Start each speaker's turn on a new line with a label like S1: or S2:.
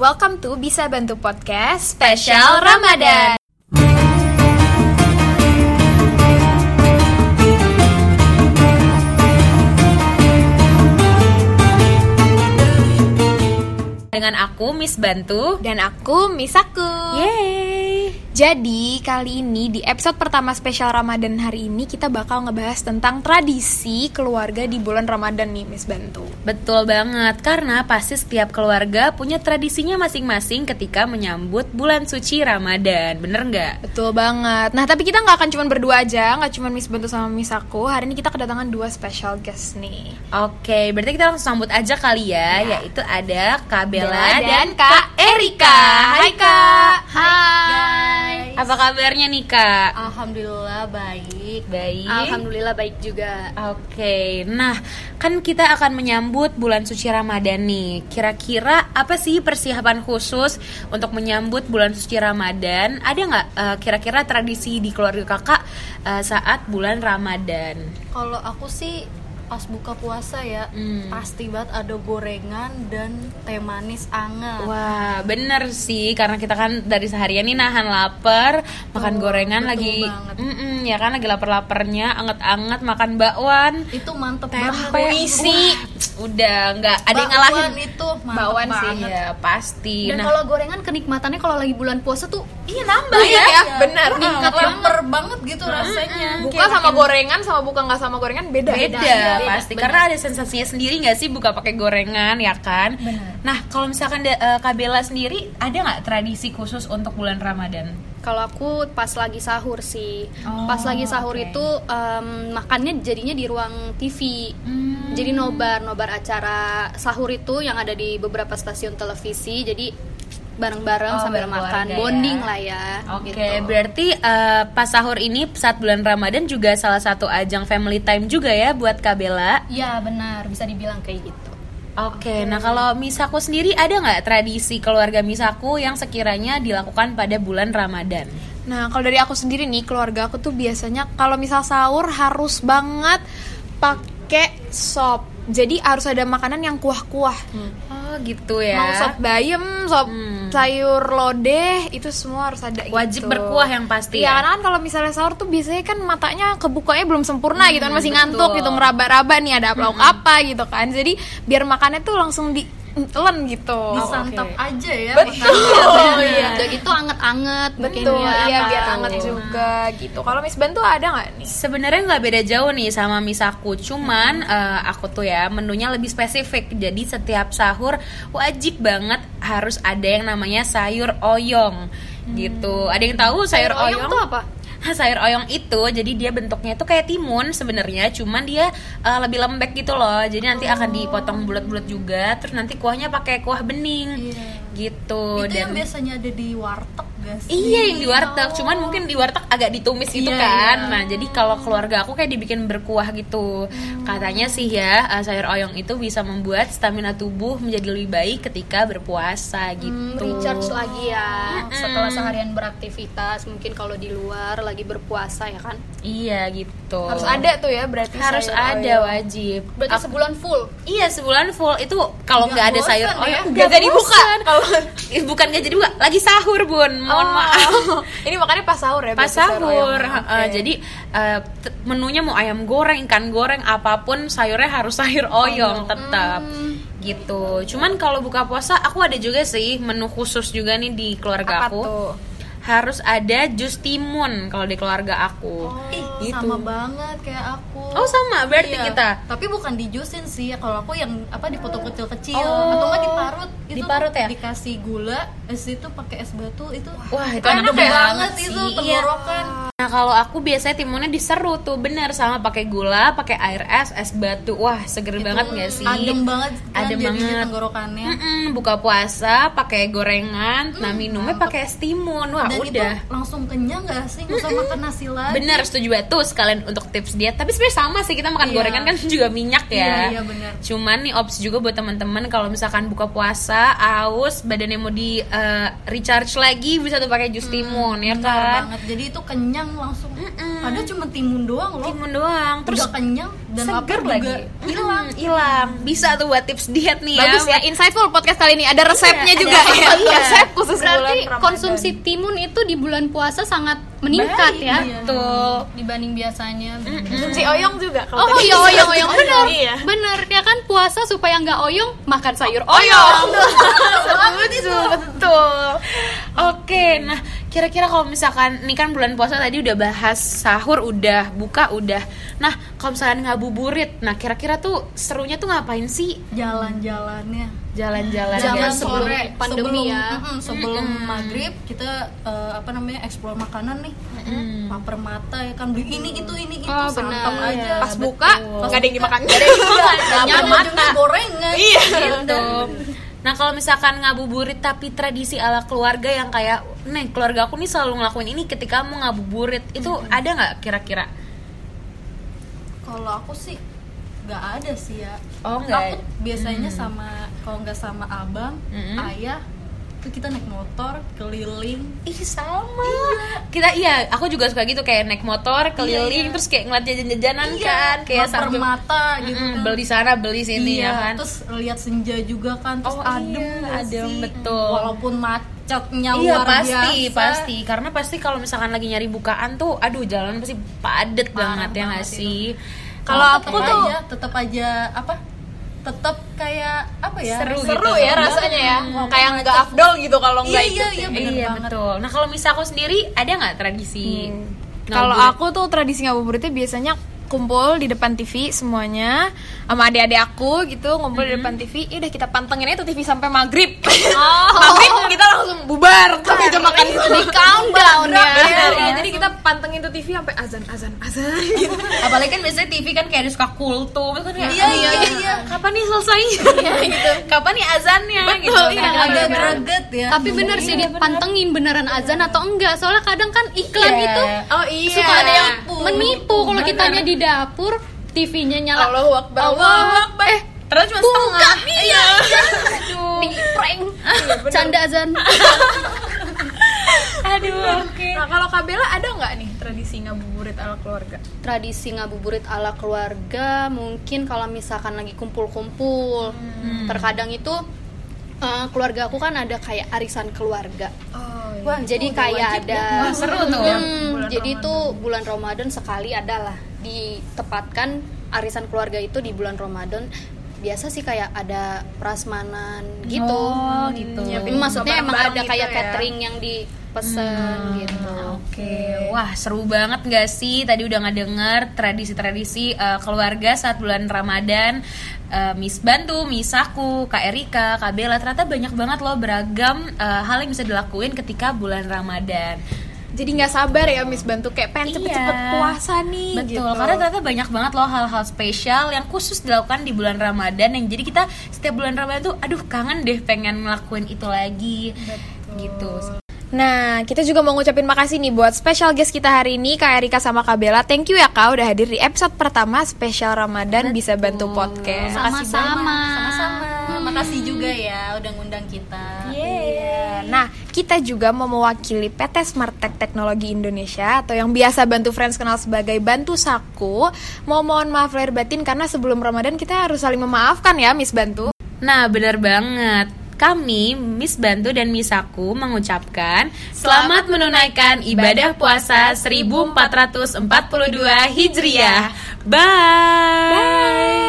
S1: welcome to Bisa Bantu Podcast Special Ramadan.
S2: Dengan aku Miss Bantu.
S1: Dan aku Misaku.
S2: Yeay.
S1: Jadi kali ini di episode pertama spesial Ramadan hari ini kita bakal ngebahas tentang tradisi keluarga di bulan Ramadan nih Miss Bantu.
S2: Betul banget, karena pasti setiap keluarga punya tradisinya masing-masing ketika menyambut bulan suci Ramadan, bener nggak?
S1: Betul banget. Nah tapi kita nggak akan cuma berdua aja, nggak cuma Miss Bantu sama Miss Aku. Hari ini kita kedatangan dua special guest nih.
S2: Oke, berarti kita langsung sambut aja kali ya, yaitu ada Kak Bella
S1: Bella dan
S2: dan, Kak Erika.
S1: Hai, Kak.
S2: Hai. Apa kabarnya nih Kak?
S3: Alhamdulillah baik.
S2: Baik.
S3: Alhamdulillah baik juga.
S2: Oke, nah kan kita akan menyambut bulan suci Ramadan nih. Kira-kira apa sih persiapan khusus untuk menyambut bulan suci Ramadan? Ada nggak eh, kira-kira tradisi di keluarga kakak eh, saat bulan Ramadan?
S3: Kalau aku sih pas buka puasa ya
S2: Hmm.
S3: pasti banget ada gorengan dan teh manis anget.
S2: Wah, bener sih karena kita kan dari seharian nih nahan lapar, makan
S3: Betul,
S2: gorengan
S3: betul
S2: lagi,
S3: banget.
S2: Mm-mm, ya kan lagi lapar-laparnya, anget-anget makan bakwan.
S3: Itu mantep
S2: Tempe.
S3: banget.
S2: Wah, udah nggak ada yang ngalahin
S3: Bakwan itu mantep
S2: bakwan sih
S3: banget.
S2: ya pasti.
S4: Dan
S2: Nah,
S4: kalau gorengan kenikmatannya kalau lagi bulan puasa tuh
S2: Iya nambah ya, benar. Hmm,
S3: Meningkat lapar banget gitu rasanya.
S1: Buka sama gorengan sama buka nggak sama gorengan beda.
S2: Beda, pasti karena ada sensasinya sendiri nggak sih buka pakai gorengan ya kan. Nah kalau misalkan da- eh, Kak Bella sendiri ada nggak tradisi khusus untuk bulan Ramadan?
S4: kalau aku pas lagi sahur sih.
S2: Oh,
S4: pas lagi sahur
S2: oke.
S4: itu em, makannya jadinya di ruang TV.
S2: Hmm.
S4: Jadi nobar nobar acara sahur itu yang ada di beberapa stasiun televisi. Jadi bareng-bareng
S2: Oh,
S4: sambil
S2: berkeluarga
S4: makan
S2: ya.
S4: bonding lah ya.
S2: Oke,
S4: gitu.
S2: berarti eh, pas sahur ini saat bulan Ramadan juga salah satu ajang family time juga ya buat Kak Bella.
S3: Ya benar, bisa dibilang kayak gitu.
S2: Oke, nah kalau misaku sendiri ada nggak tradisi keluarga misaku yang sekiranya dilakukan pada bulan Ramadan?
S1: Nah, kalau dari aku sendiri nih, keluarga aku tuh biasanya kalau misal sahur harus banget pakai sop. Jadi harus ada makanan yang kuah-kuah.
S2: Oh gitu
S1: Mau sop bayam, sop
S2: Hmm.
S1: sayur lodeh, itu semua harus ada
S2: Wajib
S1: gitu.
S2: berkuah yang pasti
S1: Iya,
S2: ya?
S1: karena kan kalau misalnya sahur tuh biasanya kan matanya kebukanya belum sempurna gitu kan, masih ngantuk
S2: Hmm, betul. Hmm.
S1: gitu meraba-raba nih ada lauk apa gitu kan. Jadi biar makannya tuh langsung di telan gitu.
S2: Oh,
S3: Disantap aja ya.
S1: Betul. Iya.
S4: Udah gitu anget-anget mungkin
S1: Betul,
S4: ya,
S1: iya biar
S4: tahu.
S1: hangat juga gitu. Kalau Miss Ben tuh ada nggak nih?
S2: Sebenarnya nggak beda jauh nih sama misaku, cuman eh, aku tuh ya menunya lebih spesifik. Jadi setiap sahur wajib banget harus ada yang namanya sayur oyong gitu. Ada yang tahu sayur,
S4: Sayur
S2: oyong?
S4: oyong tuh Oh, apa?
S2: Hah, sayur oyong itu jadi dia bentuknya itu kayak timun sebenarnya, cuman dia eh, lebih lembek gitu loh. Jadi nanti akan dipotong bulat-bulat juga, terus nanti kuahnya pakai kuah bening
S3: Iya.
S2: gitu.
S3: Itu yang biasanya ada di warteg guys.
S2: Iya yang di warteg, cuman mungkin di warteg agak ditumis gitu
S3: Iya,
S2: kan.
S3: iya.
S2: Nah jadi kalau keluarga aku kayak dibikin berkuah gitu. Katanya sih ya eh, sayur oyong itu bisa membuat stamina tubuh menjadi lebih baik ketika berpuasa
S4: Hmm,
S2: gitu.
S4: recharge lagi ya setelah seharian beraktivitas mungkin kalau di luar lagi berpuasa ya kan
S2: Iya gitu.
S1: Harus ada tuh ya berarti
S2: Harus
S1: sayur
S2: ada
S1: oyong.
S2: wajib.
S4: berarti
S2: Ap-
S4: sebulan full
S2: Iya sebulan full itu kalau nggak ada
S3: bosan
S2: sayur
S3: ya?
S2: oyong
S1: Nggak
S2: nggak jadi
S1: bosan. Oh.
S2: buka. Kalau Ih, bukan nggak jadi buka, lagi sahur bun. Mohon maaf.
S1: Ini makannya pas sahur ya?
S2: Oh. pas
S1: berarti sayur
S2: sahur
S1: oyongnya.
S2: ha-ha.
S1: Oke.
S2: jadi eh, t- menunya mau ayam goreng ikan goreng apapun sayurnya harus sayur oyong tetap
S3: Hmm.
S2: gitu cuman kalau buka puasa aku ada juga sih menu khusus juga nih di
S1: Apa
S2: keluarga aku
S1: tuh?
S2: harus ada jus timun kalau di keluarga aku
S3: Ih,
S2: Gitu.
S3: sama banget kayak aku.
S2: Oh, sama berarti
S3: Iya,
S2: kita.
S3: Tapi bukan dijusin sih. ya, Kalau aku yang apa dipotong kecil-kecil
S2: Oh.
S3: atau enggak diparut itu
S2: Diparut ya?
S3: dikasih gula, es itu pakai es batu itu.
S2: Wah itu enak,
S3: enak,
S2: banget,
S3: itu
S2: sih. Iya.
S3: tenggorokan.
S2: Nah kalau aku biasanya timunnya diseru tuh bener sama pakai gula, pakai air es, es batu. Wah seger banget nggak sih?
S3: Adem banget kan
S2: Adem
S3: jadinya
S2: banget.
S3: tenggorokannya.
S2: Mm-mm, buka puasa pakai gorengan, nah minumnya pakai es timun. Wah,
S3: Mm, dan
S2: udah.
S3: itu langsung kenyang gak sih nggak usah makan nasi lagi
S2: Bener, setuju banget tuh sekalian untuk tips diet. Tapi sebenarnya sama sih kita makan
S3: Iya.
S2: gorengan kan juga minyak ya.
S3: Iya, iya, bener.
S2: Cuman nih opsi juga buat teman-teman kalau misalkan buka puasa, aus, badannya mau di eh, recharge lagi bisa tuh pakai jus timun ya
S3: Hmm, Bener
S2: kan.
S3: banget jadi itu kenyang langsung
S2: Mm-mm.
S3: padahal cuma timun doang loh
S2: Timun doang. Terus
S3: udah kenyang dan lapar
S2: seger
S3: juga
S2: lagi. Hilang, hilang. Bisa tuh buat tips diet nih
S1: Bagus ya,
S2: ya.
S1: insightful podcast kali ini. Ada resepnya
S2: ada
S1: juga ya.
S2: resep.
S1: Resep khusus
S4: Berarti
S1: bulan Ramadan.
S4: konsumsi timun itu di bulan puasa sangat meningkat
S3: Baik,
S4: ya
S3: iya.
S2: Betul.
S4: dibanding biasanya.
S1: Konsumsi oyong juga. kalau
S4: Oh
S1: tadi.
S4: iya oyong oyong benar
S1: Iya.
S4: benar ya kan puasa supaya nggak oyong makan sayur oyong.
S2: betul betul oke nah kira-kira kalau misalkan ini kan bulan puasa tadi udah bahas sahur udah buka udah nah kalau misalkan ngabuburit nah kira-kira tuh serunya tuh ngapain sih
S3: jalan-jalannya
S2: jalan-jalan ya?
S4: Jalan sebelum
S3: Nah,
S4: pandemi
S3: sebelum,
S4: ya.
S3: mm-mm, sebelum maghrib kita eh, apa namanya eksplor makanan nih paper mata ya kan beli ini itu ini
S1: gitu.
S3: itu
S4: Oh,
S3: santap
S4: benar.
S3: aja
S1: Pas buka, Iya, nggak ada yang dimakan.
S3: Paper mata Iya, gorengan
S1: Iya.
S2: gitu nah kalau misalkan ngabuburit tapi tradisi ala keluarga yang kayak nih keluarga aku nih selalu ngelakuin ini ketika mau ngabuburit itu ada nggak kira-kira
S3: kalau aku sih nggak ada sih ya
S2: Oh,
S3: aku
S2: nggak.
S3: biasanya sama kalau nggak sama abang
S2: Mm-mm.
S3: ayah itu kita naik motor keliling
S2: Ih sama. Kita iya, aku juga suka gitu kayak naik motor keliling terus kayak ngeliat jajan-jajanan kan, kayak
S3: Lapar
S2: sambil
S3: Iya, mata gitu
S2: Mm-mm,
S3: kan
S2: beli sana beli sini
S3: iya,
S2: ya kan.
S3: terus lihat senja juga kan terus
S2: Oh,
S3: adem
S2: iya,
S3: nggak
S2: adem,
S3: sih?
S2: betul.
S3: walaupun macetnya
S2: iya
S3: luar
S2: pasti
S3: biasa.
S2: pasti karena pasti kalau misalkan lagi nyari bukaan tuh aduh jalan pasti padet banget ya nggak
S3: banget
S2: sih Oh,
S3: kalau aku
S2: tetep
S3: tuh
S2: aja.
S3: tetap aja apa tetap kayak apa ya
S2: Iya. Seru gitu.
S3: rasanya.
S1: Seru ya rasanya ya.
S3: Hmm.
S1: Kayak nggak afdol gitu kalau nggak
S3: iya
S1: ikut.
S3: iya
S2: iya,
S3: bener banget Hmm.
S2: betul nah kalau misal aku sendiri ada nggak tradisi ngabuburit?
S1: Kalau aku tuh tradisi ngabuburitnya biasanya kumpul di depan TV semuanya sama adik-adik aku gitu ngumpul di depan TV. Ya udah kita pantengin aja tuh TV sampai maghrib. maghrib kita langsung bubar. Kita udah Oh. makan
S4: Di countdown ya.
S1: Benar, ya. Jadi kita pantengin tuh TV sampai azan azan azan gitu.
S2: apalagi kan biasanya TV kan kayak ada suka kultum itu kan kayak
S3: Iya, iya,
S2: "Ah,
S3: iya.
S2: kapan nih selesainya gitu kapan nih azannya
S1: Betul,
S2: gitu
S1: iya,
S2: Nah,
S3: agak
S2: kalau-
S3: greget ya
S4: Tapi bener sih dipantengin beneran azan atau enggak. Soalnya kadang kan iklan
S2: Iya.
S4: itu
S1: Oh iya.
S4: suka ada yang
S3: Menipu.
S4: menipu kalau
S2: Bener.
S4: kitanya di dapur TV-nya nyala.
S1: Allahu Akbar.
S4: Allahu
S1: Akbar. Eh,
S2: terus cuma setengah iya
S4: Di prank. Canda azan.
S2: aduh oke
S1: Nah, kalau Kabela ada nggak nih tradisi ngabuburit ala keluarga?
S4: Tradisi ngabuburit ala keluarga mungkin kalau misalkan lagi kumpul-kumpul. Terkadang itu eh, keluarga aku kan ada kayak arisan keluarga.
S1: Oh,
S3: Wah, itu
S4: jadi
S3: udah
S4: kayak
S3: wajib
S4: ada
S3: ya.
S2: Wah, seru tuh.
S4: Hmm,
S1: Bulan
S4: jadi itu bulan Ramadan sekali adalah ditepatkan arisan keluarga itu di bulan Ramadan biasa sih kayak ada prasmanan gitu
S2: oh gitu
S1: Nyiapin
S4: Hmm, maksudnya
S1: bareng-bareng
S4: emang ada
S1: gitu
S4: kayak
S1: ya.
S4: catering yang dipesen gitu
S2: Oke, wah seru banget gak sih? Tadi udah ngedenger tradisi-tradisi eh, keluarga saat bulan Ramadan Eh, Miss Bantu, Miss Aku, Kak Erika, Kak Bella Ternyata banyak banget loh beragam eh, hal yang bisa dilakuin ketika bulan Ramadan
S1: Jadi nggak sabar ya Miss Bantu kayak pengen
S2: Iya.
S1: cepet-cepet puasa nih
S2: Betul,
S1: gitu.
S2: karena ternyata banyak banget loh hal-hal spesial yang khusus dilakukan di bulan Ramadan yang jadi kita setiap bulan Ramadan tuh aduh kangen deh pengen ngelakuin itu lagi. Gitu.
S1: Nah, kita juga mau ngucapin makasih nih buat special guest kita hari ini Kak Erika sama Kak Bella. Thank you ya Kak udah hadir di episode pertama spesial Ramadan bisa bantu podcast.
S4: sama-sama
S3: sama-sama
S2: Hmm.
S3: makasih juga ya udah ngundang kita
S1: Iya. Nah, kita juga mau mewakili PT Smartech Teknologi Indonesia atau yang biasa bantu Friends kenal sebagai Bantu Saku. Mau mohon maaf lahir batin karena sebelum Ramadan kita harus saling memaafkan ya Miss Bantu.
S2: Nah, benar banget. Kami, Miss Bantu dan Miss Aku mengucapkan selamat menunaikan ibadah puasa 1442 Hijriah. Bye.